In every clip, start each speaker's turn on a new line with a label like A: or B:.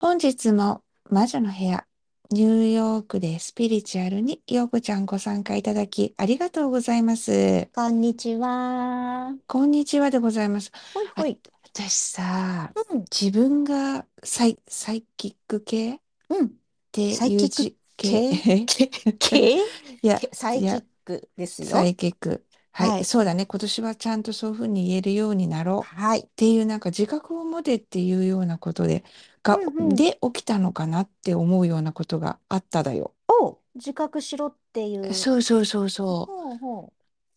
A: 本日も魔女の部屋、ニューヨークでスピリチュアルにようこちゃんご参加いただきありがとうございます。
B: こんにちは。
A: こんにちはでございます。
B: ほいほい。
A: 私さ、
B: うん。
A: 自分がサイ、サイキック系っ
B: うん。
A: ていう
B: サイキック
A: じ
B: け
A: いや、
B: サイキックで す
A: サ
B: よ。
A: イキック。はい、
B: はい
A: そうだね。今年はちゃんとそういうふうに言えるようになろう。
B: はい
A: っ。ていうなんか自覚を持てっていうようなことでが、
B: うんうん
A: で起きたのかなって思うようなことがあっただよ。
B: を自覚しろっていう。
A: そうそうそうそ
B: ほうほ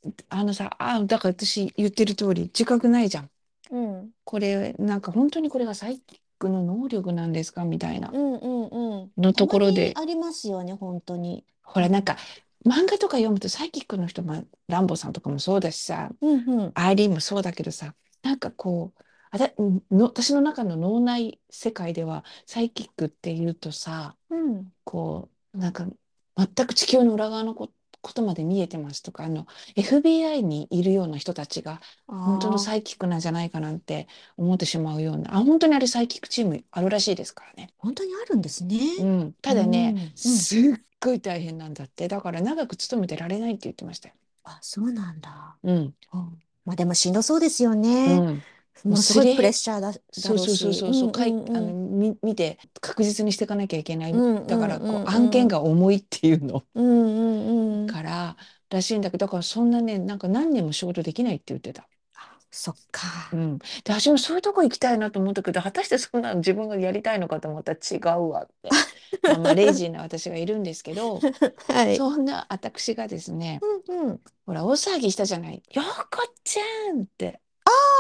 A: う。あのさ、あ、だから私言ってる通り自覚ないじゃん。
B: う。うん。
A: これなんか本当にこれがサイキックの能力なんですかみたいな
B: うんうんうん。
A: のところ
B: た
A: で、
B: まにありますよね、本当に。
A: ほらなんか漫画とか読むとサイキックの人、まあ、ランボさんとかもそうだしさ、
B: うんうん。
A: アイリーンもそうだけどさなんかこうあだの私の中の脳内世界ではサイキックっていうとさ
B: うん。
A: こうなんか全く地球の裏側のこことまで見えてますとかあの FBI にいるような人たちが本当の
B: イ
A: サイキックなんじゃないかなんて思ってしまうようなあ本当にあれサイキックチームあるらしいですからね。
B: 本当にあるんですね。
A: うん、ただ
B: うんう
A: ね
B: ん
A: すっごい大変なんだってだから長く勤めてられないって言ってましたよ。
B: あ、そうなんだ。
A: うん
B: うんまあでもしんどそうですよ
A: う
B: ね。
A: ん
B: もうす
A: もうす
B: ごい
A: り
B: プレッシャーだ、だ
A: そう
B: ろ
A: そうそう
B: し
A: そうそう、
B: ん
A: かい、
B: ん
A: あの、み、見て、確実にしていかなきゃいけない。
B: うん
A: だから、こう、
B: うんうん
A: 案件が重いっていうの
B: うんうんうん。
A: から、らしいんだけど、だから、そんなね、なんか、何年も仕事できないって言ってた。
B: そっか
A: う。ん、で、私もそういうとこ行きたいなと思ったけど、果たして、そんなの自分がやりたいのかと思ったら、違うわって。まあ、まあ、レイジーな私がいるんですけど、
B: はい。
A: そんな私がですね、
B: うんうん。
A: ほら、大騒ぎしたじゃない。ようこちゃんって。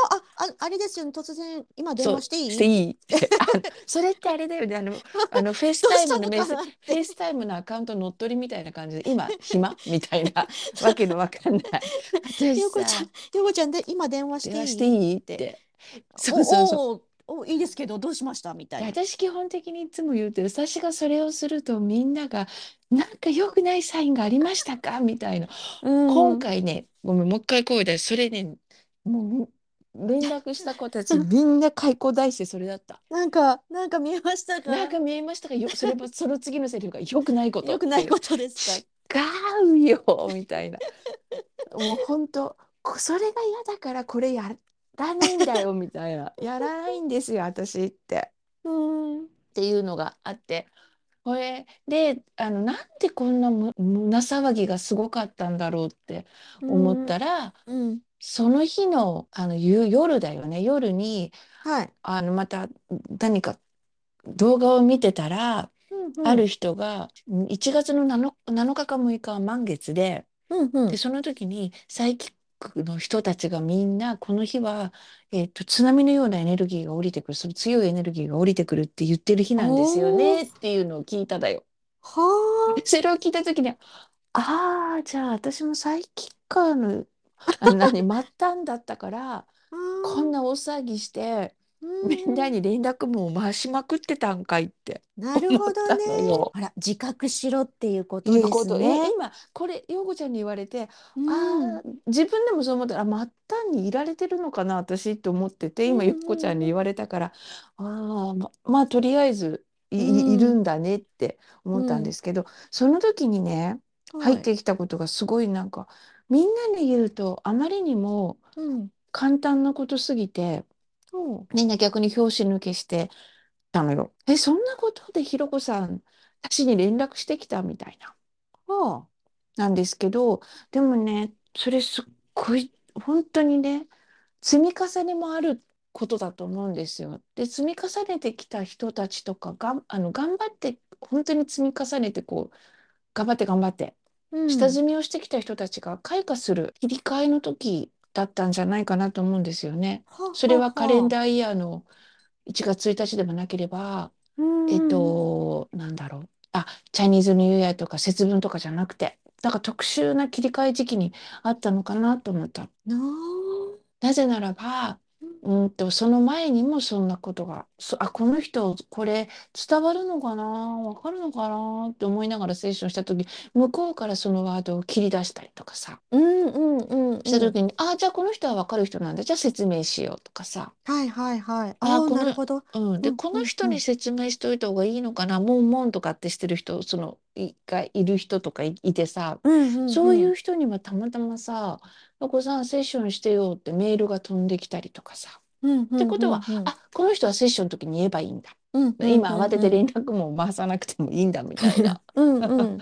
B: あ、あ、あれですよね。突然、今電話していい
A: していいって あのそれってあれだよねあのあのフェイスタイムのメッセ
B: どうしたのかな
A: フェイスタイムのアカウント乗っ取りみたいな感じで今暇みたいなわけのわかんな い私
B: ようこちゃ
A: さ
B: ん、ようこちゃんで今電話していい
A: 電話していいってそうそうそう
B: そう。おおいいですけど、どうしましたみたいな。
A: 私基本的にいつも言うてる私がそれをするとみんながなんか良くないサインがありましたかみたいな今回ねごめんもう一回声出しそれねもう連絡した子たちみんな開口大してそれだった。
B: なんか、なんか見えましたか
A: なんか見えましたがよそれも その次のセリフが良くないこと
B: よくないこととですか。
A: 違うよみたいなもう本当こそれが嫌だからこれやらないんだよみたいなやらないんですよ私って
B: う
A: っ
B: ん。
A: ていうのがあってこれであのなんでこんなむ胸騒ぎがすごかったんだろうって思った
B: ら。
A: ら、
B: うん。
A: その日のあの夕夜だよね夜に
B: はい。
A: あのまた何か動画を見てたら
B: うん
A: あ。る人がうん1月の 7, 7日か6日は満月で
B: うんうん
A: で。その時にサイキックの人たちがみんなこの日は、えっと津波のようなエネルギーが降りてくるその強いエネルギーが降りてくるって言ってる日なんですよねっていうのを聞いただよ。
B: は
A: それを聞いた時にああーじゃあ私もサイキッカーの あの何末端だったから
B: あ。
A: こんな大騒ぎして
B: う
A: みんな。に連絡網を回しまくってたんかいって。
B: なるほど
A: 思ったの
B: ね。
A: よ
B: ほら、自覚しろっていうこと
A: い
B: で
A: うこ
B: す
A: と
B: ね
A: え。今これ陽子ちゃんに言われて
B: うん
A: あー自分でもそう思ったら末端にいられてるのかな私って思ってて今
B: うんう
A: よ
B: ん
A: っこちゃんに言われたからあーままあとりあえずい,い、
B: うん
A: いるんだねって思ったんですけど、その時にね
B: はい
A: 入ってきたことがすごいなんか、みんなに言うとあまりにも
B: うん。
A: 簡単なことすぎてみんな逆に拍子抜けしてたのよ。えそんなことでひろこさん私に連絡してきたみたいな。
B: は
A: なんですけどでもねそれすっごい本当にね積み重ねもあることだと思うんですよ。で積み重ねてきた人たちとかがんあの頑張って本当に積み重ねてこう頑張って頑張って
B: あ。
A: 下
B: 地
A: 積みをしてきた人たちが開花する切り替えの時だったんじゃないかなと思うんですよね。それはカレン
B: ー。
A: ダーイヤーの1月1日でもなければ、
B: うん
A: えっ。と、なんだろう。あ、チャイニーズニューイヤーとか節分とかじゃなくて、なんか特殊な切り替え時期にあったのかなと思った。
B: なあ。
A: なぜならば、うんと、その前にもそんなことが、そ、あ、この人、これ伝わるのかな、わかるのかなって思いながらセッションした時、向こうからそのワードを切り出したりとかさ、
B: うんうんうんうん。
A: した時に、あ、じゃあこの人はわかる人なんだ、じゃあ説明しようとかさ、
B: はいはいはい。
A: あ
B: ああ、
A: この
B: なるほど。
A: うん、で、
B: うん
A: こ
B: う
A: の
B: ん
A: 人
B: うん
A: に説明しといた方がいいのかな、もんもんとかってしてる人、その、い、がいる人とかい、いてさ、
B: うんうん。
A: そういううん人にはたまたまさ、お子さんセッションしてよってメールが飛んできたりとかさ。
B: うんうんうんうん。
A: ってことは、あ、この人はセッションの時に言えばいいんだ。
B: うんうん
A: 今
B: うん
A: 慌てて連絡も回さなくてもいいんだみたい な。
B: うんうん。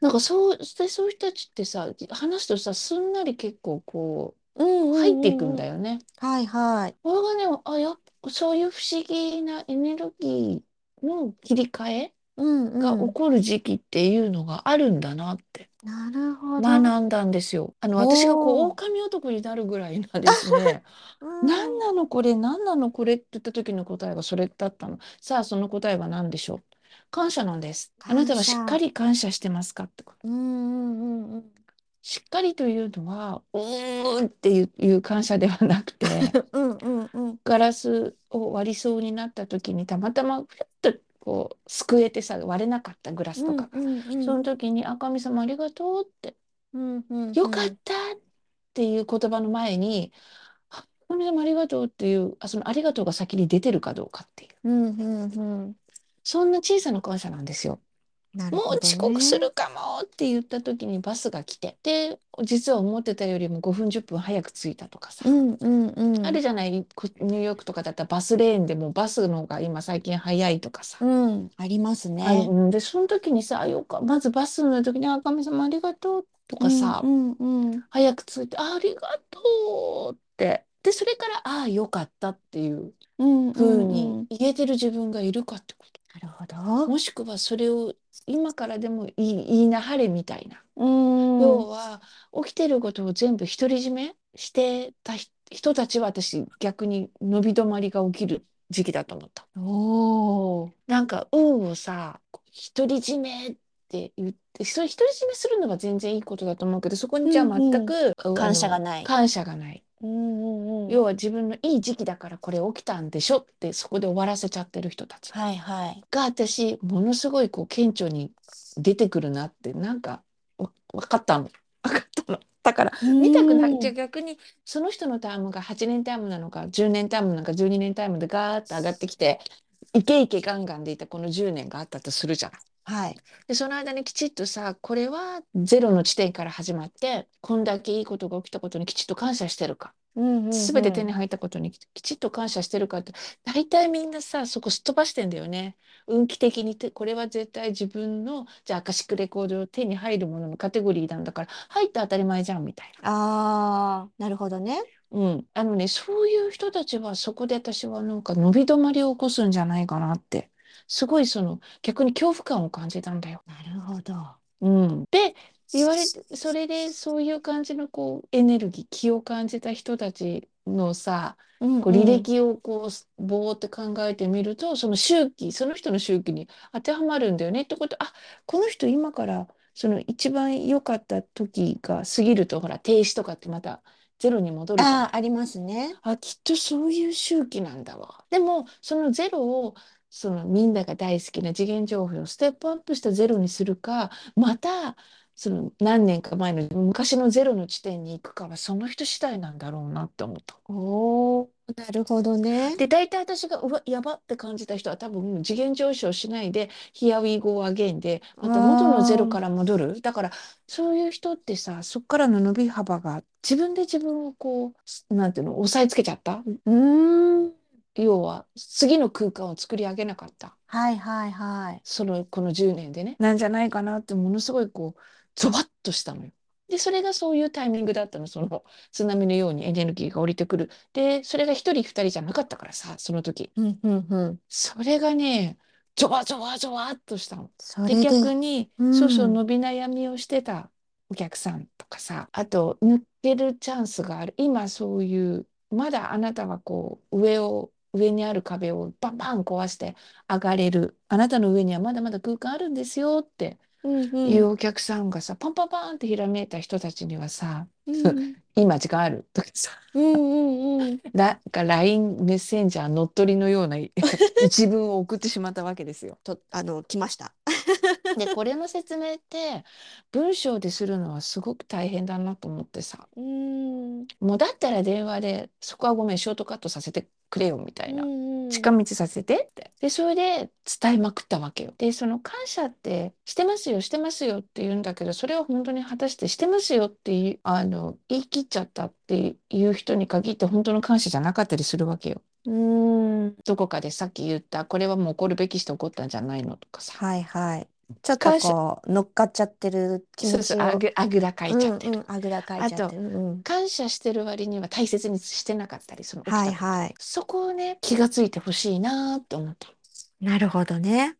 A: なんかそう、で、そういう人たちってさ、話すとさ、すんなり結構こ
B: うん
A: う、
B: うん
A: 入っていくんだ
B: よ。
A: よね。
B: はいはい。
A: これがね、あ、やっぱそういう不思議なエネルギーの切り替え
B: うん
A: が
B: うん
A: 起。こる時期っていうのがあるんだなって
B: なるほど。
A: 学んだんですよ。あの、私がこう、
B: おー
A: 狼男になるぐらいなんですね。
B: うん
A: 何なのこれ何なのこれって言った時の答えがそれだったの。さあその答えは何でしょう感謝なんです。あ
B: 感
A: なた
B: 謝
A: はしっかり感謝してますかってこと。
B: うんうんうんうん。
A: しっかりというのはうーんっていういう感謝ではな くて
B: うんうんうん。
A: ガラスを割りそうになった時にたまたまふっとこうすくえてさ割れなかったグラスとか、
B: うんうんうん
A: その時に「あ神様ありがとう」って
B: うんうんうん
A: よかったっていう言葉の前に、あおめでとうありがとうっていう、あ、そのありがとうが先に出てるかどうかっていう。
B: うんうんうん。
A: そんな小さな感謝なんですよ。
B: なる
A: も
B: ほ
A: う
B: ど
A: 遅刻
B: ね
A: するかもって言った時にバスが来て、で、実は思ってたよりも5分10分早く着いたとかさ
B: う。んうんうん。
A: あるじゃない、こニューヨークとかだったらバスレーンでもうバスの方が今最近早いとかさ。
B: うん、あります
A: あの
B: ね。
A: うんで、その時にさ、あよか、まずバスの時に、あ、神様ありがとうとかさ、
B: うんうんうん。
A: 早く着いて、あありがとうって。で、それから、ああ、よかったっていう
B: うんうん
A: 風
B: うん
A: に言えてる自分がいるかってこと。
B: なるほ ど。
A: もしくは、それを今からでもいい、言いなはれみたいな。
B: うん
A: 要は、起きてることを全部独り占めしてたひ人たちは、私、逆に伸び止まりが起きる時期だと思った。
B: おー
A: なんか、運をさ、独り占めって言って、それ独り占めするのは全然いいことだと思うけど、そこにじゃあ全く、あの
B: 感謝がない
A: 感謝がない。
B: うんうんうん。
A: 要は自分のいい時期だからこれ起きたんでしょってそこで終わらせちゃってる人たち
B: はいはい。
A: が私ものすごいこう顕著に出てくるなってなんかわ分かったの 分かったのだから見たくな
B: う
A: い
B: ん
A: じゃあ逆にその人のタイムが8年タイムなのか10年タイムなのか12年タイムでガーッと上がってきてイケイケガンガンでいたこの10年があったとするじゃない。
B: はい。
A: でその間にきちっとさこれはゼロの地点から始まってこんだけいいことが起きたことにきちっと感謝してるか
B: うんうん。
A: すべて手に入ったことにききちっと感謝してるかって大体みんなさそこすっ飛ばしてんだよね運気的にてこれは絶対自分のじゃあアカシックレコードを手に入るもののカテゴリーなんだから入った当たり前じゃんみたいな。
B: ああ、なるほどね。
A: うん、あのねそういう人たちはそこで私はなんか伸び止まりを起こすんじゃないかなってすごいその逆に恐怖感を感じたんだよ。
B: なるほど。
A: うん、で言われそれでそういう感じのこうエネルギー気を感じた人たちのさ
B: うんうん
A: こう履。歴をこうぼーって考えてみるとその周期その人の周期に当てはまるんだよねってことあこの人今からその一番良かった時が過ぎるとほら停止とかってまたゼロに戻るじゃない
B: ああ、ありますね。
A: あきっとそういう周期なんだわでもそのゼロをそのみんなが大好きな次元情報をステップアップしたゼロにするかまたその何年か前の昔のゼロの地点に行くかはその人次第なんだろうなって思った。
B: おお、なるほどね。
A: で大体私がうわやばって感じた人は多分次元上昇しないで「Here we go again」でまた元のゼロから戻るだからそういう人ってさそっからの伸び幅が自分で自分をこうなんていうの押さえつけちゃった
B: うーん。
A: 要は次の空間を作り上げなかった
B: はいはいはい。
A: そのこの10年でねなんじゃないかなってものすごいこうゾバッとしたのよ。でそれがそういうタイミングだったのその津波のようにエネルギーが降りてくるでそれが1人2人じゃなかったからさその時
B: うんうんうん。
A: それがねゾワゾワゾワっとしたの。
B: そ
A: で
B: れで。
A: 逆に、
B: うん
A: そうそう伸び悩みをしてたお客さんとかさあと抜けるチャンスがある今そういうまだあなたはこう上を上にある壁をバンバン壊して上がれるあなたの上にはまだまだ空間あるんですよって
B: うんうん
A: いうお客さんがさ、パンパンパンってひらめいた人たちにはさ、
B: うん
A: 今時間あるとかさ、
B: うんうんうん
A: なんか LINE メッセンジャー乗っ取りのような 一文を送ってしまったわけですよ。
B: とあの来ました。
A: で、これの説明って文章でするのはすごく大変だなと思ってさ、
B: うん
A: もうだったら電話でそこはごめん、ショートカットさせてくれよみたいな。近
B: 道
A: 道させてって。で、それで伝えまくったわけよ。で、その感謝ってしてますよ、してますよって言うんだけど、それを本当に果たしてしてますよっていう、あの、言い切っちゃったっていう人に限って本当の感謝じゃなかったりするわけよ。
B: うん
A: どこかでさっき言った、これはもう怒るべきして怒ったんじゃないのとかさ。
B: はいはい。ちょっと
A: 感謝
B: こう乗っかっちゃってる気
A: そう
B: 持
A: そ
B: ち
A: う、
B: を
A: あぐ、あぐらかいちゃってる。
B: うんうん、あぐらかいちゃってる。うん
A: 感謝してる割には大切にしてなかったり、その起きた
B: はいはい。
A: そこをね、気がついてほしいなーって思った。
B: なるほどね。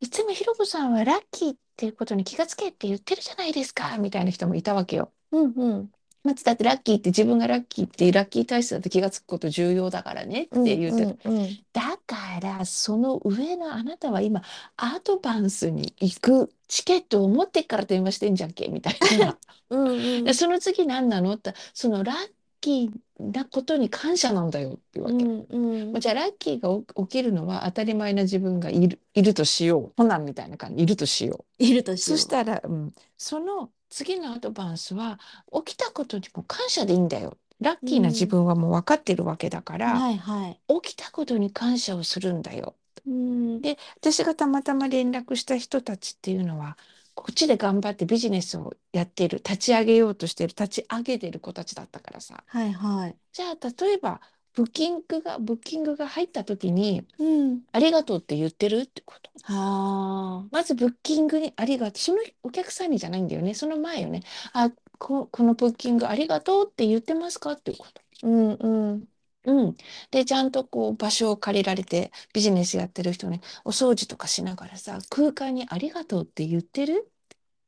A: いつもひろこさんはラッキーっていうことに気がつけって言ってるじゃないですかみたいな人もいたわけよ。
B: うんうん。
A: まずだってラッキーって自分がラッキーっていうラッキー体質だって気がつくこと重要だからねって言うて、
B: うんうんうん
A: だからその上のあなたは今アドバンスに行くチケットを持ってっから電話してんじゃんけみたい な。
B: うんうん
A: でその次何なのってそのラッキーなことに感謝なんだよっていうわけ。
B: うんうん
A: じゃあラッキーが起きるのは当たり前な自分がいる、いるとしよう。コナンみたいな感じ、いるとしよう。
B: いるとしよ
A: そうしたら、うん、その次のアドバンスは起きたことにも感謝でいいんだよ。ラッキーな自分はもう分かってるわけだから、
B: はいはい。
A: 起きたことに感謝をするんだよ。
B: うん
A: で私がたまたま連絡した人たちっていうのはこっちで頑張ってビジネスをやっている立ち上げようとしている立ち上げてる子たちだったからさ
B: はいはい。
A: じゃあ例えばブッキングがブッキングが入った時に
B: うん。
A: 「ありがとう」って言ってるってこと。
B: は
A: まずブッキングにありがとう。そのお客さんにじゃないんだよね。その前よね。あ、こ、このブッキングありがとうって言ってますかっていうこと。
B: あ。うんうん。
A: うん。で、ちゃんとこう場所を借りられてビジネスやってる人ね、お掃除とかしながらさ、空間にありがとうって言ってる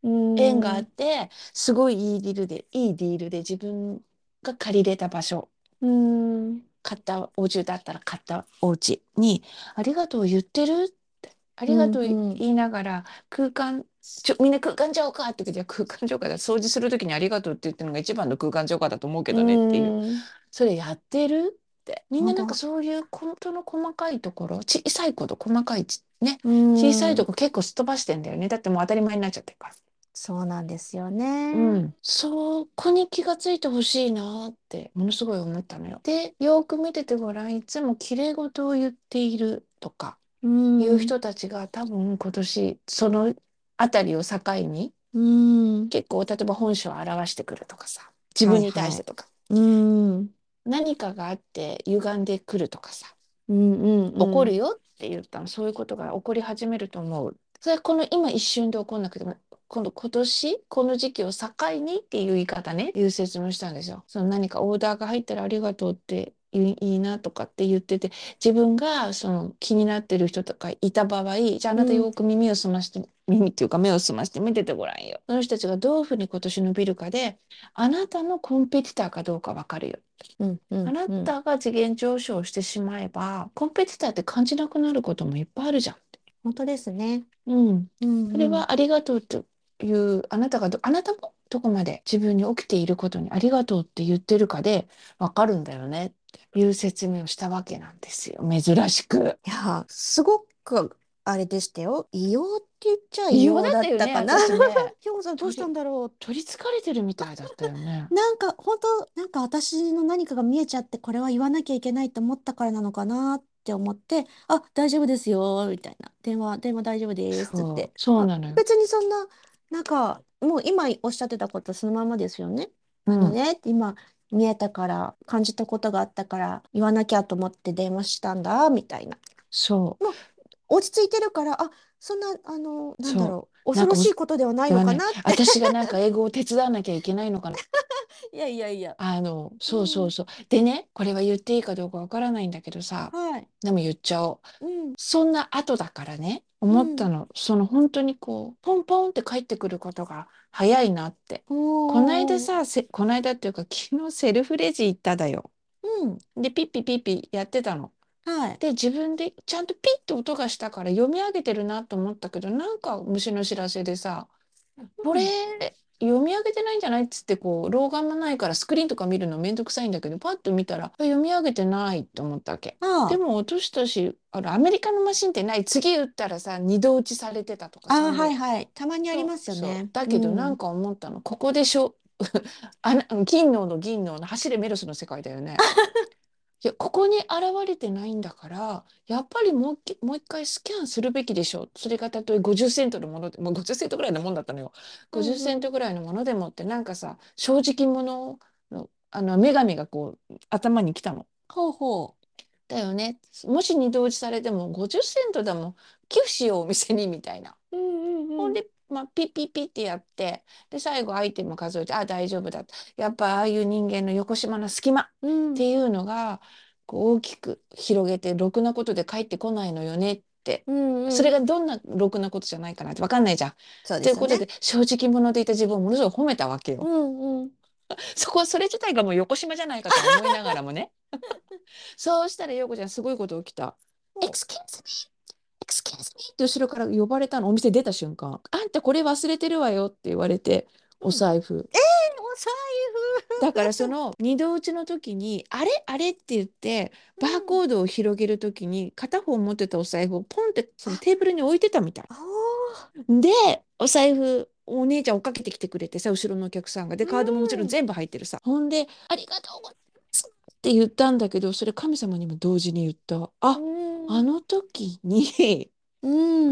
A: 縁があって、すごいいいディールで、いいディールで自分が借りれた場所。
B: うん。
A: 買ったお家だったら買ったお家に「ありがとう」言ってるって「ありがとう」
B: うんうん
A: 言いながら空間ちょみんな空間浄化って言うけど空間浄化だ掃除する時に「ありがとう」って言ってるのが一番の空間浄化だと思うけどねっていう
B: う。
A: それやってるってみんななん
B: ま
A: か
B: だ
A: そういう本当の細かいところ小さいこと細かいちね
B: うん。
A: 小さいとこ結構すっ飛ばしてんだよねだってもう当たり前になっちゃってるから。
B: そうなんですよね。
A: うん、そこに気がついてほしいなってものすごい思ったのよ。でよーく見ててごらんいつもきれい事を言っているとか
B: うん。
A: いう人たちが多分今年その辺りを境に
B: うん。
A: 結構例えば本性を表してくるとかさ自分に対してとか、
B: うん。
A: 何かがあって歪んでくるとかさ
B: うんうんうん。
A: 怒るよって言ったの、そういうことが起こり始めると思う。それはこの今一瞬で起こんなくても今度今年この時期を境にっていう言い方ねいう説明をしたんですよ。その何かオーダーが入ったらありがとうって言いいいなとかって言ってて自分がその気になってる人とかいた場合じゃああなた
B: うん
A: よく耳を澄まして、耳っていうか目を澄まして見ててごらんよ。その人たちがどういうふうに今年伸びるかであなたのコンペティターかどうか分かるよ。
B: うんうんうん。
A: あなたが次元上昇してしまえば、コンペティターって感じなくなることもいっぱいあるじゃん。
B: 本当ですね。
A: うん。
B: うんうん
A: それはありがとうという、あなたがど、あなたもどこまで自分に起きていることにありがとうって言ってるかでわかるんだよねっていう説明をしたわけなんですよ。珍しく。
B: いや、すごくあれでしたよ。異様って言っちゃ異
A: 異様
B: 様
A: だ
B: だ
A: っ
B: った
A: よ
B: た
A: ね。
B: かな。
A: 私ね
B: ひょこさんどうしたんだろ
A: 取り憑かれてるみたいだったよ ね
B: う。。なんか本当なんか私の何かが見えちゃってこれは言わなきゃいけないと思ったからなのかなって思って、あ、大丈夫ですよみたいな電話電話大丈夫ですって言
A: そ
B: っ
A: う
B: て。、
A: そうなのよ。
B: 別にそんななんかもう今おっしゃってたことそのままですよね。
A: う
B: の
A: ん、
B: ね、今見えたから感じたことがあったから言わなきゃと思って電話したんだみたいな
A: そう。
B: 落ち着いてるからあそんなあのなんだろ
A: そう
B: う恐ろしいことではないのかなって
A: 私がなんか英語を手伝わなきゃいけないのかな。
B: いやいやいや
A: あの、そうそうそう。でね、これは言っていいかどうかわからないんだけどさ、
B: はい
A: でも言っちゃおう。
B: うん
A: そんな後だからね、思ったの。その本当にこう、ポンポンって帰ってくることが早いなって。こ
B: こ
A: ないださ、せ、こないだっていうか、昨日セルフレジ行っただよ。
B: うん
A: で、ピッピピッピやってたの。
B: はい。
A: で、自分でちゃんとピッて音がしたから読み上げてるなと思ったけど、なんか虫の知らせでさ、こ
B: う
A: れ
B: ん。
A: 読み上げてないんじゃないっつってこう、老眼もないからスクリーンとか見るのめんどくさいんだけど、パッと見たら、あ読み上げてないと思ったわけ。で
B: あ
A: も落としたし、あの、アメリカのマシンってない、次打ったらさ、二度打ちされてたとか
B: あ、ああ、
A: 三
B: はい
A: 度。
B: はい。たまにあり
A: そ
B: ま
A: う
B: すよ
A: そう。
B: ね。
A: だ
B: う
A: けどなん
B: ん。
A: か思ったの、ここでしょ、 あの、銀のの銀のの走れメロスの世界だ よね。いや、ここに現れてないんだから、やっぱりもうき、もう一回スキャンするべきでしょう。それがたとえ50セントのもので、もう50セントぐらいのもんだったのよ。
B: う
A: 50セン
B: ん
A: トぐらいのものでもって、なんかさ、正直者の、あの、女神がこう、頭に来たの。
B: ほうほう。
A: だよね。もし二度打ちされても50セントだもん。寄付しよう、お店に、みたいな。
B: うんうん
A: ほん
B: うん。
A: で、まあ、ピッピッピッってやって、で、最後アイテム数えて、あ、大丈夫だと。やっぱああいう人間の横島な隙間っ
B: う
A: て
B: ん。
A: いうのが、こう大きく広げて、ろくなことで返ってこないのよねって。
B: うんう
A: それ
B: ん。
A: がどんなろくなことじゃないかなってわかんないじゃん。
B: そうで
A: という
B: すよ
A: こと
B: ね。
A: で、正直者でいた自分をものすごい褒めたわけ
B: う
A: よ。
B: んうん。
A: そこ、それ自体がもう横島じゃないかと思いながらもね。 そうしたら、陽子ちゃん、すごいこと起きた。
B: お
A: Excuse me! Excuse me! って後ろから呼ばれたの、お店出た瞬間。あんたこれ忘れてるわよって言われて、お
B: うん
A: 財布。
B: えー、お財
A: だからその二度打ちの時に、あれあれって言って、
B: 布
A: バー
B: うん。
A: コードを広げる時に、片方持ってたお財布をポンってその
B: あ、
A: テーブルに置いてたみたい。
B: おー。
A: で、お財布、お姉ちゃん追っかけてきてくれてさ、後ろのお客さんが。で、カードももちろ
B: うんん。
A: 全部入ってるさ。ほんで、ありがとうございますって言ったんだけど、それ神様にも同時に言った。
B: う
A: あ、あ
B: ん。
A: の時に
B: う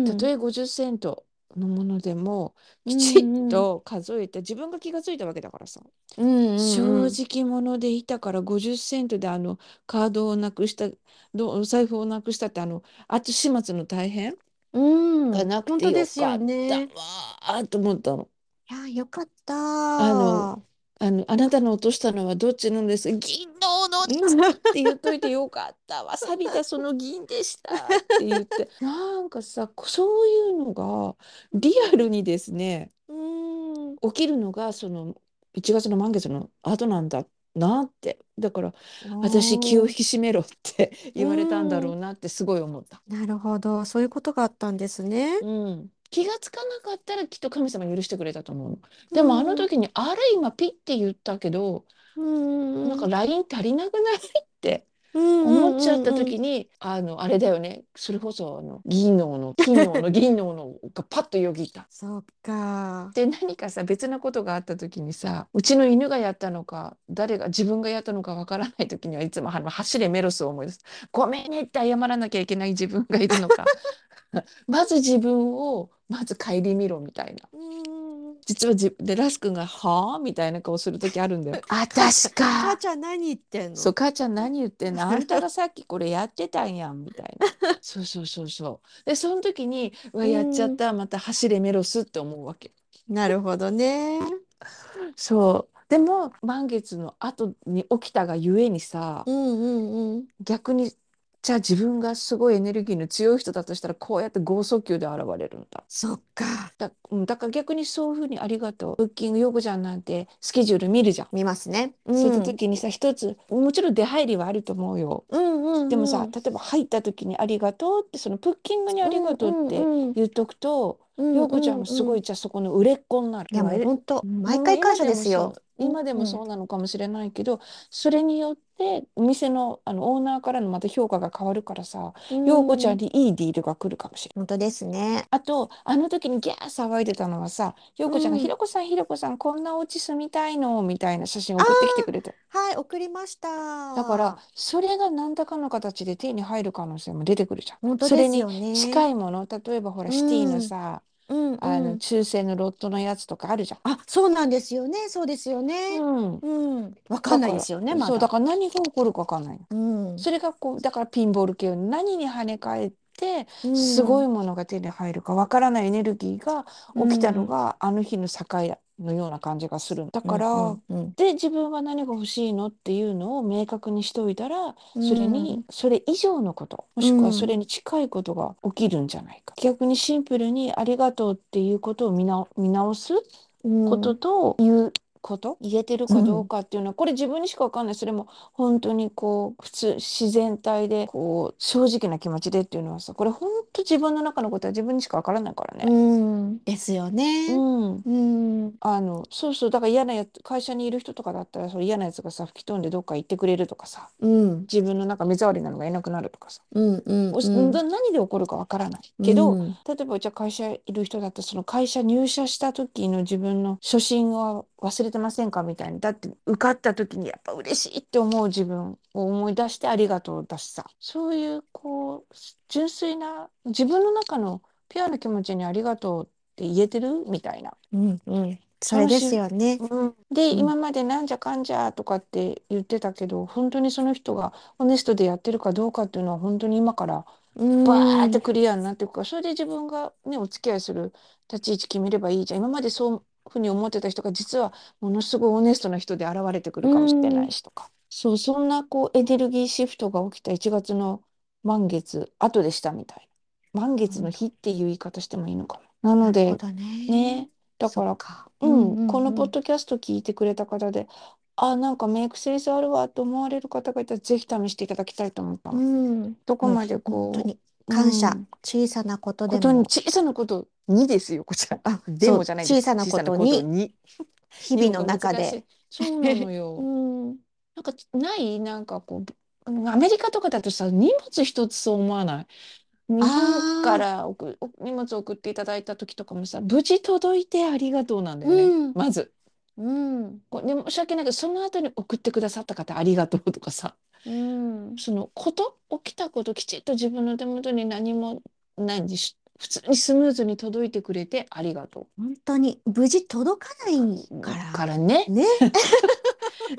A: たと
B: ん。
A: え50セントのものでも、
B: う
A: きちっ
B: んうん。
A: と数えて、自分が気がついたわけだからさ。
B: うんう
A: 正
B: ん
A: 直者でいたから50セントであのカードをなくしたどお財布をなくしたってあの後始末の大変
B: うん。う
A: が
B: ん。
A: なく
B: 本
A: て
B: 当で
A: よ
B: す
A: か
B: よ
A: った
B: ね。
A: わーと思ったの。
B: いや、よかっ
A: あの、
B: た。
A: あの、あなたの落としたのはどっちなんです銀ののっ
B: うん
A: て言っといてよかったわ。錆びたその銀でしたって言って。 なんかさ、こそういうのがリアルにですね、
B: うん。
A: 起きるのがその1月の満月の後なんだなって。だから私気を
B: お
A: 引
B: ー。
A: き締めろって
B: う
A: 言われたんだろ
B: ん。
A: うなってすごい思った。
B: なるほど。そういうことがあったんですね。
A: うん。気がつかなかったらきっと神様許してくれたと思う。
B: う
A: でもあの
B: ん。うん
A: 時にあれ今ピッて言ったけど、
B: うん
A: な
B: うん
A: か
B: ん。
A: LINE 足りなくないって
B: うんう
A: 思っちゃっ
B: んう
A: た
B: んうん。
A: 時に、あの、あれだよね。それこそあの、銀のの、金のの、銀ののがパッとよぎった。
B: そうか。
A: で何かさ別なことがあった時にさうちの犬がやったのか誰が自分がやったのかわからない時にはいつもあの走れメロスを思い出すごめんねって謝らなきゃいけない自分がいるのか まず自分をまず顧みろみたいな
B: うん。
A: 実はじでラス君が「はあ?」みたいな顔する時あるんだよ。あ
B: 母ちゃ
A: 私
B: ん、母
A: か
B: ちゃん何言ってん
A: そう、
B: の
A: 母ちゃん何言ってんのあんたがさっきこれやってたんやん、みたいな。 そうそうそうそう。で、その時に、うわ、
B: う
A: やっちゃっ
B: ん。
A: た、また走れメロスって思うわけ。
B: なるほどね。
A: そう。でも満月の後に起きたがゆえにさ、
B: うんうんうん。
A: 逆にじゃあ自分がすごいエネルギーの強い人だとしたらこうやって豪速球で現れるんだ。
B: そっか。
A: だ、うんだから逆にそういうふうにありがとう。ブッキング、ヨコちゃんなんてスケジュール見るじゃん。
B: 見ますね。う
A: そういった
B: ん。うん
A: 時にさ、一つ、もちろん出入りはあると思うよ。
B: う
A: でも
B: んう
A: さ、
B: ん。
A: 例えば入った時にありがとうって、そのブッキングにあ
B: う
A: り
B: ん
A: がとうっ
B: う
A: て
B: んうん。
A: 言っとくと、
B: うん
A: ヨコちゃん
B: うん
A: もすご
B: うん。
A: い、じゃあそこの売れっ子になる。
B: いや
A: まあ、
B: もう
A: 売れ
B: 本当、毎
A: もう
B: 回感
A: 今で
B: 謝で
A: も
B: す
A: そ
B: よ。
A: う、
B: うん
A: 今で
B: う
A: もそ
B: ん。
A: うなのかもしれないけど、それによって、お店の、あのオーナーからのまた評価が変わるからさ、
B: う
A: ヨコちゃ
B: ん。
A: んにいいディールが来るかもしれない。
B: 本当ですね。
A: あと、あの時にギャー騒いでたのはさ、ヨ
B: う
A: コちゃんが、ひ
B: ん。
A: ろこさん、ひろこさん、こんなお家住みたいの、みたいな写真
B: あ
A: 送ってきてくれて。
B: あ、はい、送りまし
A: だから、
B: た。
A: それが何らかの形で手に入る可能性も出てくるじゃん。
B: 本当
A: そ
B: で
A: れ
B: す
A: に
B: よね。
A: 近いもの、例えばほら、
B: う
A: シティの
B: ん、
A: さ、
B: うん、
A: あ
B: う
A: の、
B: ん。
A: 抽選のロットのやつとかあるじゃん。
B: あ、そうなんですよね。そうですよね。
A: うん。
B: うん。わか
A: だ
B: んない
A: か
B: ですよね、
A: ら、
B: ま
A: そう、だ
B: だ。
A: から何が起こるかわかんないの。
B: うん、
A: それがこう、だからピンボール系を何に跳ね返って、
B: う
A: すごい
B: ん、
A: ものが手に入るかわからないエネルギーが
B: う
A: 起きたの
B: ん、
A: が、あの日の境のような感じがする。だ
B: う
A: か
B: ん、う
A: ら、
B: ん、うん、
A: で、自分は何が欲しいのっていうのを明確にしておいたら、
B: う
A: それ
B: ん、
A: に、それ以上のこと、も
B: う
A: しくはそ
B: ん。
A: れに近いことが起きるんじゃないか。逆にシンプルにありがとうっていうことを見な、見直す
B: う
A: こ
B: ん
A: とということ言えてるかどうかっていうのはこれ自分にしか分かんないそれも本当にこう普通自然体でこう正直な気持ちでっていうのはさこれ本当自分の中のことは自分にしか分からないからね。
B: うんですよね。
A: うん
B: うん。
A: あのそうそうだから嫌なやつ会社にいる人とかだったらそう嫌なやつがさ吹き飛んでどっか行ってくれるとかさ
B: うん。
A: 自分の中目障りなのがいなくなるとかさ、
B: うん。うん。
A: おし
B: うん。
A: 何で起こるかわからないけど、
B: うん
A: 例えばじゃあ会社いる人だったらその会社入社した時の自分の初心は忘れてませんかみたいにだって受かった時にやっぱ嬉しいって思う自分を思い出してありがとうだしさそういうこう純粋な自分の中のピュアな気持ちにありがとうって言えてるみたいな。
B: うん。うん。それですよね。
A: で、
B: うん
A: 今までなんじゃかんじゃとかって言ってたけど本当にその人がホネストでやってるかどうかっていうのは本当に今から
B: うん。
A: バーってクリアになっていくからそれで自分が、ね、お付き合いする立ち位置決めればいいじゃん今までそういうふうに思ってた人が実はものすごいオネストな人で現れてくるかもしれないしとかそうそんなこうエネルギーシフトが起きた1月の満月後でしたみたいな満月の日っていう言い方してもいいのかな。なの
B: そ
A: で
B: うだね。
A: ねだから
B: そっか。
A: うん、このポッドキャスト聞いてくれた方で、あ、なんかメイクセンスあるわと思われる方がいたら、ぜひ試していただきたいと思った
B: う
A: の。
B: ん。
A: どこまでこう、
B: 本当に感謝
A: うん
B: 小さなことで
A: ことに、
B: も
A: 小さなことにですよ、こちら。あ、で
B: そ
A: も
B: う
A: じゃない
B: 小さなことに
A: 小さなに
B: 日々の中
A: 難し
B: で。
A: い そうなの
B: う
A: よ。
B: ん。
A: なんか、ないなんかこう、アメリカとかだとさ、荷物一つそう思わない日本から送お荷物送っていただいた時とかもさ、無事届いてありがとうなんだよね、
B: うん
A: まず。
B: うん。
A: こうで申し訳ないけどその後に送ってくださった方ありがとうとかさ
B: うん。
A: そのこと起きたこときちっと自分の手元に何も何し普通にスムーズに届いてくれてありがと
B: 本当に無事届かな
A: う
B: いか。
A: かららね
B: ね。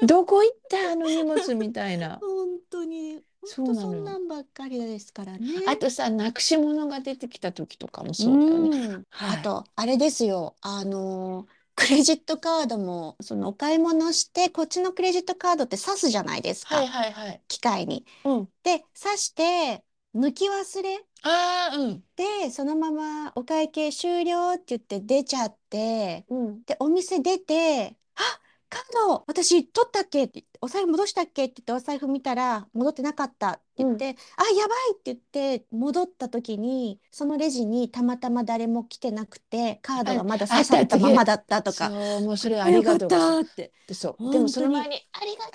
A: どこ行ったあの荷物みたい な
B: 本当に。
A: そ
B: 本
A: う
B: 当
A: なの
B: そ
A: よ
B: んなんばっかりですからね。
A: あとさなくし物が出てきた時とかもそうだよね。
B: うん
A: はい
B: あと、あれですよ。あのー、クレジットカードも、そのお買い物して、こっちのクレジットカードって挿すじゃないですか。
A: はいはい。
B: 機械に。
A: うん、
B: で、挿して、抜き忘れ
A: ああうん
B: で、そのままお会計終了って言って出ちゃって、
A: うん
B: で、お店出て、あ、カード、私取ったっけって言って、お財布戻したっけって言って、お財布見たら、戻ってなかったって言って、あ、やばいって言って、戻った時に、そのレジにたまたま誰も来てなくて、カードがまだ刺されたままだったとか、
A: そうもうそれありがとう
B: よかったって。
A: でそう
B: 本当に
A: でもその前に「ありがと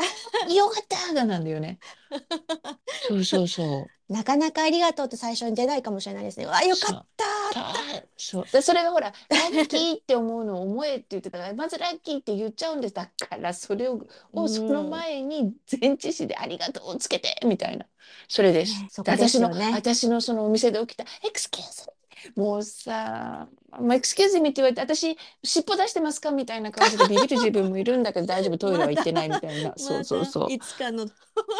A: うよかった」がなんだよね。 そうそうそう。
B: なかなかありがとうって最初に出ないかもしれないですね。うわ、よかったー
A: たそうでそれがほら「ラッキー」って思うのを「思え」って言ってたからまず「ラッキー」って言っちゃうんでだからそれを
B: う
A: を
B: ん
A: その前に前置詞で「ありがとう」をつけてみたいなそれです。
B: ねそこで
A: 私
B: すよ
A: の
B: ね。
A: 私のそのお店で起きた「エクスキューズ」もうさ「まあ、エクスキューズ」って言われて「私尻尾出してますか?」みたいな感じでビビる自分もいるんだけど大丈夫トイレは行ってないみたいな、そうそうそう
B: また。いつかの。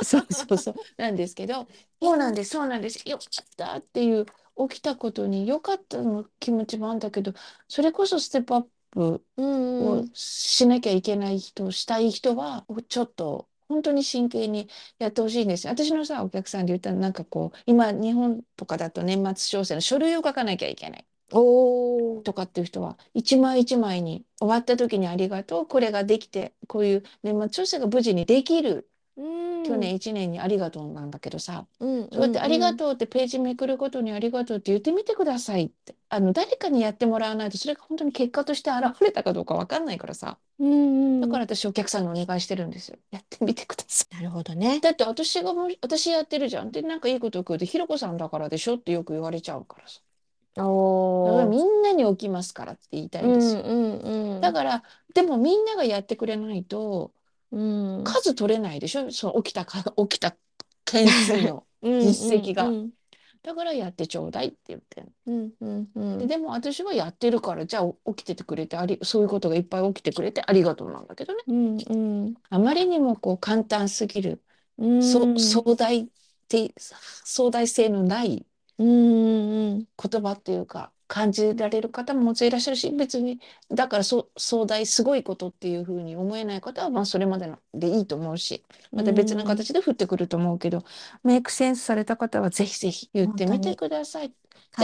A: そうそうそうなんですけどそうなんですそうなんですよかったっていう起きたことによかったの気持ちもあるんだけどそれこそステップアップ
B: うんう
A: を
B: ん。
A: しなきゃいけない人、したい人はちょっと本当に真剣にやってほしいんですよ私のさお客さんで言ったらなんかこう今日本とかだと年末商戦の書類を書かなきゃいけない。
B: おー。
A: とかっていう人は一枚一枚に終わった時にありがとうこれができてこういう年末調整が無事にできる去
B: 去
A: 年1年にありがとうなんだけどさ、
B: うん、
A: そうやってありが
B: う
A: とうってページめくるごとにありがとうって言ってみてくださいって、あの誰かにやってもらわないとそれが本当に結果として現れたかどうかわかんないからさ、
B: んうん。
A: だから私お客さんにお願いしてるんですよ。やってみてください。
B: なるほどね。
A: だって私がもう私やってるじゃん。で、なんかいいこと来るで、ひろこさんだからでしょってよく言われちゃうからさ。だから
B: お
A: みんなに起きますからって言いたい
B: うんん
A: ですよ。
B: うんうん。
A: だから、でもみんながやってくれないと
B: うん、
A: 数取れないでしょ。その起きたか、 起きた件数の。 実績が
B: うん
A: だからやってちょうだいって言ってんの
B: うんうんうん
A: ででも私はやってるからじゃあ起きててくれてありそういうことがいっぱい起きてくれてありがとうなんだけどね
B: うんうん
A: あまりにもこう簡単すぎる、
B: うん
A: そ壮大って壮大性のない
B: うんうんうん
A: 言葉っていうか感じられる方ももちろんいらっしゃるし別にだからそ壮大すごいことっていうふうに思えない方はまあそれまでのでいいと思うしまた別の形で降ってくると思うけど、メイクセンスされた方はぜひぜひ言ってみてください。だっ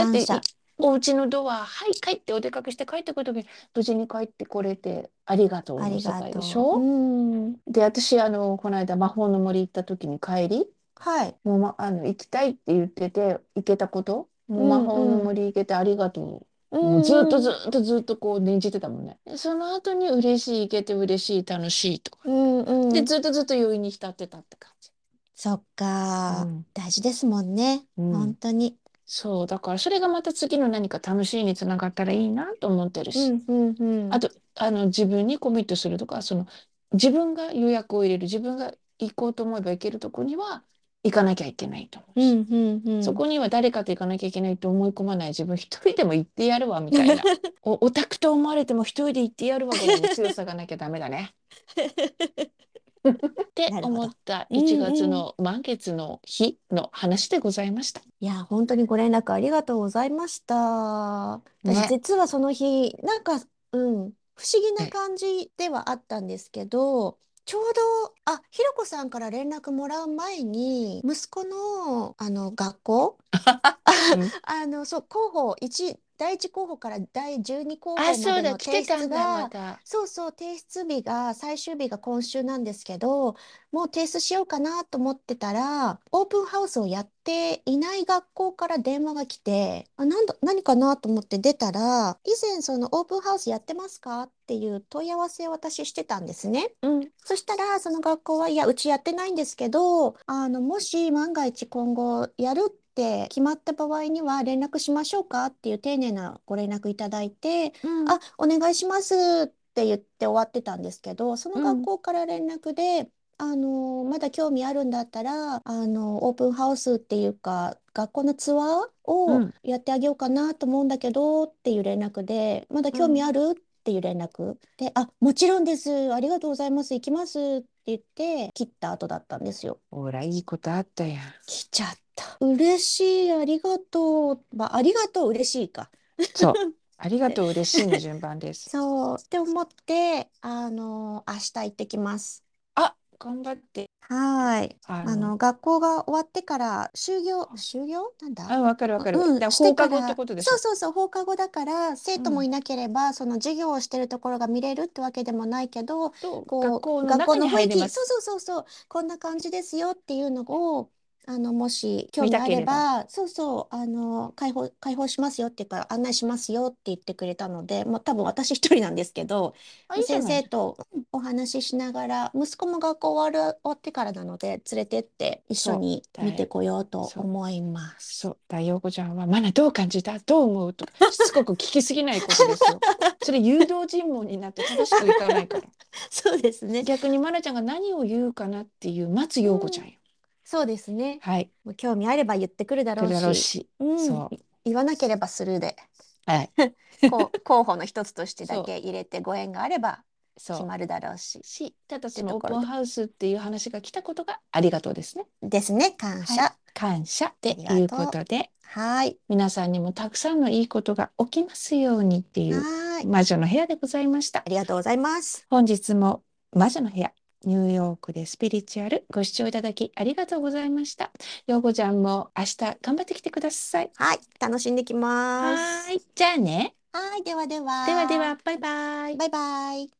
B: 感
A: て
B: 謝
A: お家のドア、はい、帰ってお出かけして帰ってくるときに、無事に帰ってこれて、ありがとう
B: あ
A: の
B: り
A: 世
B: が
A: 界
B: と
A: で
B: う。
A: しょ
B: うん。
A: で、私、あの、この間、魔法の森行った時に帰り、
B: はい。
A: もう、ま、あの、行きたいって言ってて、行けたこと、もう魔法の森行けてありがとう。もうずっとずっとずっとこう念じてたもんね。でその後に嬉しい、いけて嬉しい、楽しいとか。
B: うんうん。
A: で、ずっとずっと余韻に浸ってたって感じ。
B: そっ
A: う
B: か。
A: ん
B: 大事ですもんね。
A: うん
B: 本当に。
A: そう、だからそれがまた次の何か楽しいにつながったらいいなと思ってる
B: う
A: し、
B: んうんうん。
A: あと、あの、自分にコミットするとか、その、自分が予約を入れる、自分が行こうと思えば行けるとこには行かなきゃいけないと思う
B: う
A: し、
B: んうんうん。
A: そこには誰かと行かなきゃいけないと思い込まない自分一人でも行ってやるわみたいな おオタクと思われても一人で行ってやるわぐらいの強さがなきゃダメだ ね。って
B: なるほど
A: 思った
B: うんうん
A: 1月の満月の日の話でございました。
B: いや、本当にご連絡ありがとうございました。私、
A: ね
B: 実はその日、なんか、うん、不思議な
A: ええ
B: 感じではあったんですけど、ちょうど、あ、ひろこさんから連絡もらう前に、息子の、あの、学校、あの、そう、候補1、第1候補から第12候補ま
A: あ、そ
B: で
A: うだ、
B: の
A: 来て
B: 提
A: た
B: 出
A: んだ、ま
B: が、
A: た。
B: そうそう、提出日が、最終日が今週なんですけど、もう提出しようかなと思ってたら、オープンハウスをやっていない学校から電話が来て、あ、なんだ、何かなと思って出たら、以前そのオープンハウスやってますかっていう問い合わせを私してたんですね。
A: うん、
B: そしたら、その学校は、いや、うちやってないんですけど、あの、もし万が一今後やるって決まった場合には連絡しましょうかっていう丁寧なご連絡いただいて、
A: うん、
B: あ、お願いしますって言って終わってたんですけど、その学校から連絡で、あの、まだ興味あるんだったら、あの、オープンハウスっていうか、学校のツアー
A: う
B: を
A: ん
B: やってあげようかなと思うんだけどっていう連絡で、まだ興味あるっていう連絡で、あ、もちろんです。ありがとうございます。行きますって言って、切った後だったんですよ。
A: ほら、いいことあったやん。
B: 来ちゃった。嬉しい、ありがとう。まあ、ありがとう、嬉しいか。
A: そう、ありがとう、嬉しいの順番です。
B: そうって思って、あの、明日行ってきます。
A: あ、頑張って。
B: はい。
A: あ
B: あ
A: の、
B: の、学校が終わってから、就業、就業なんだ
A: あ、わかるわかる。
B: うん、
A: だから
B: して
A: 放課
B: か
A: 後っ
B: ら
A: てことでし
B: そ
A: ょ
B: う。そうそう、放課後だから、生徒もいなければ、その授業をしてるところが見れるってわけでもないけど、
A: と
B: こう、
A: 学校の
B: 学
A: 中
B: 校
A: に
B: の
A: 入
B: 雰囲
A: り
B: 気、
A: ます。
B: そうそうそうそう、こんな感じですよっていうのを、あの、もし興
A: 見
B: 味
A: た
B: あ
A: け
B: れ
A: れば
B: ば、そうそう、あの、開放、開放しますよっていうか、案内しますよって言ってくれたので、もう多分私一人なんですけど、
A: あ、いいじゃ
B: 先
A: ない
B: 生。とうんお話ししながら、息子も学校終わる、終わってからなので、連れてって一緒に
A: そう
B: 見てこようと
A: そう
B: 思います。
A: そう、だよこちゃんは、まだどう感じた、どう思うとか、しつこく聞きすぎないことですよ。それ誘導尋問になって正しくいかないから。
B: そうですね。
A: 逆にまなちゃんが何を言うかなっていう待つようこちゃんよ。
B: そうですね。
A: はい、
B: もう興味あれば言ってくるだ
A: そ
B: ろ
A: れ
B: う
A: だろう
B: し、
A: し。
B: うん、
A: そう、
B: 言わなければする で、
A: はい、
B: こう候補の一つとしてだけ入れてご縁があれば決
A: そう。
B: まるだろうし、
A: し、ただそ
B: って
A: の
B: と
A: オー
B: こ
A: プ
B: ろで
A: ンハウスっていう話が来たことがありがとうですね。
B: ですね、感謝。
A: 感謝って
B: あ
A: い
B: り
A: う
B: がと
A: こ
B: う
A: とで、
B: はい、
A: 皆さんにもたくさんのいいことが起きますようにっていう
B: はい、
A: 魔女の部屋でございました
B: あ。りがとうございます。
A: 本日も魔女の部屋ニューヨークでスピリチュアルご視聴いただきありがとうございました。ようこちゃんも明日頑張ってきてください。
B: はい、楽しんできま
A: は
B: す。
A: ーい、じゃあね。
B: はい、ではでは。
A: ではでは、バイバイ。
B: バイバイ。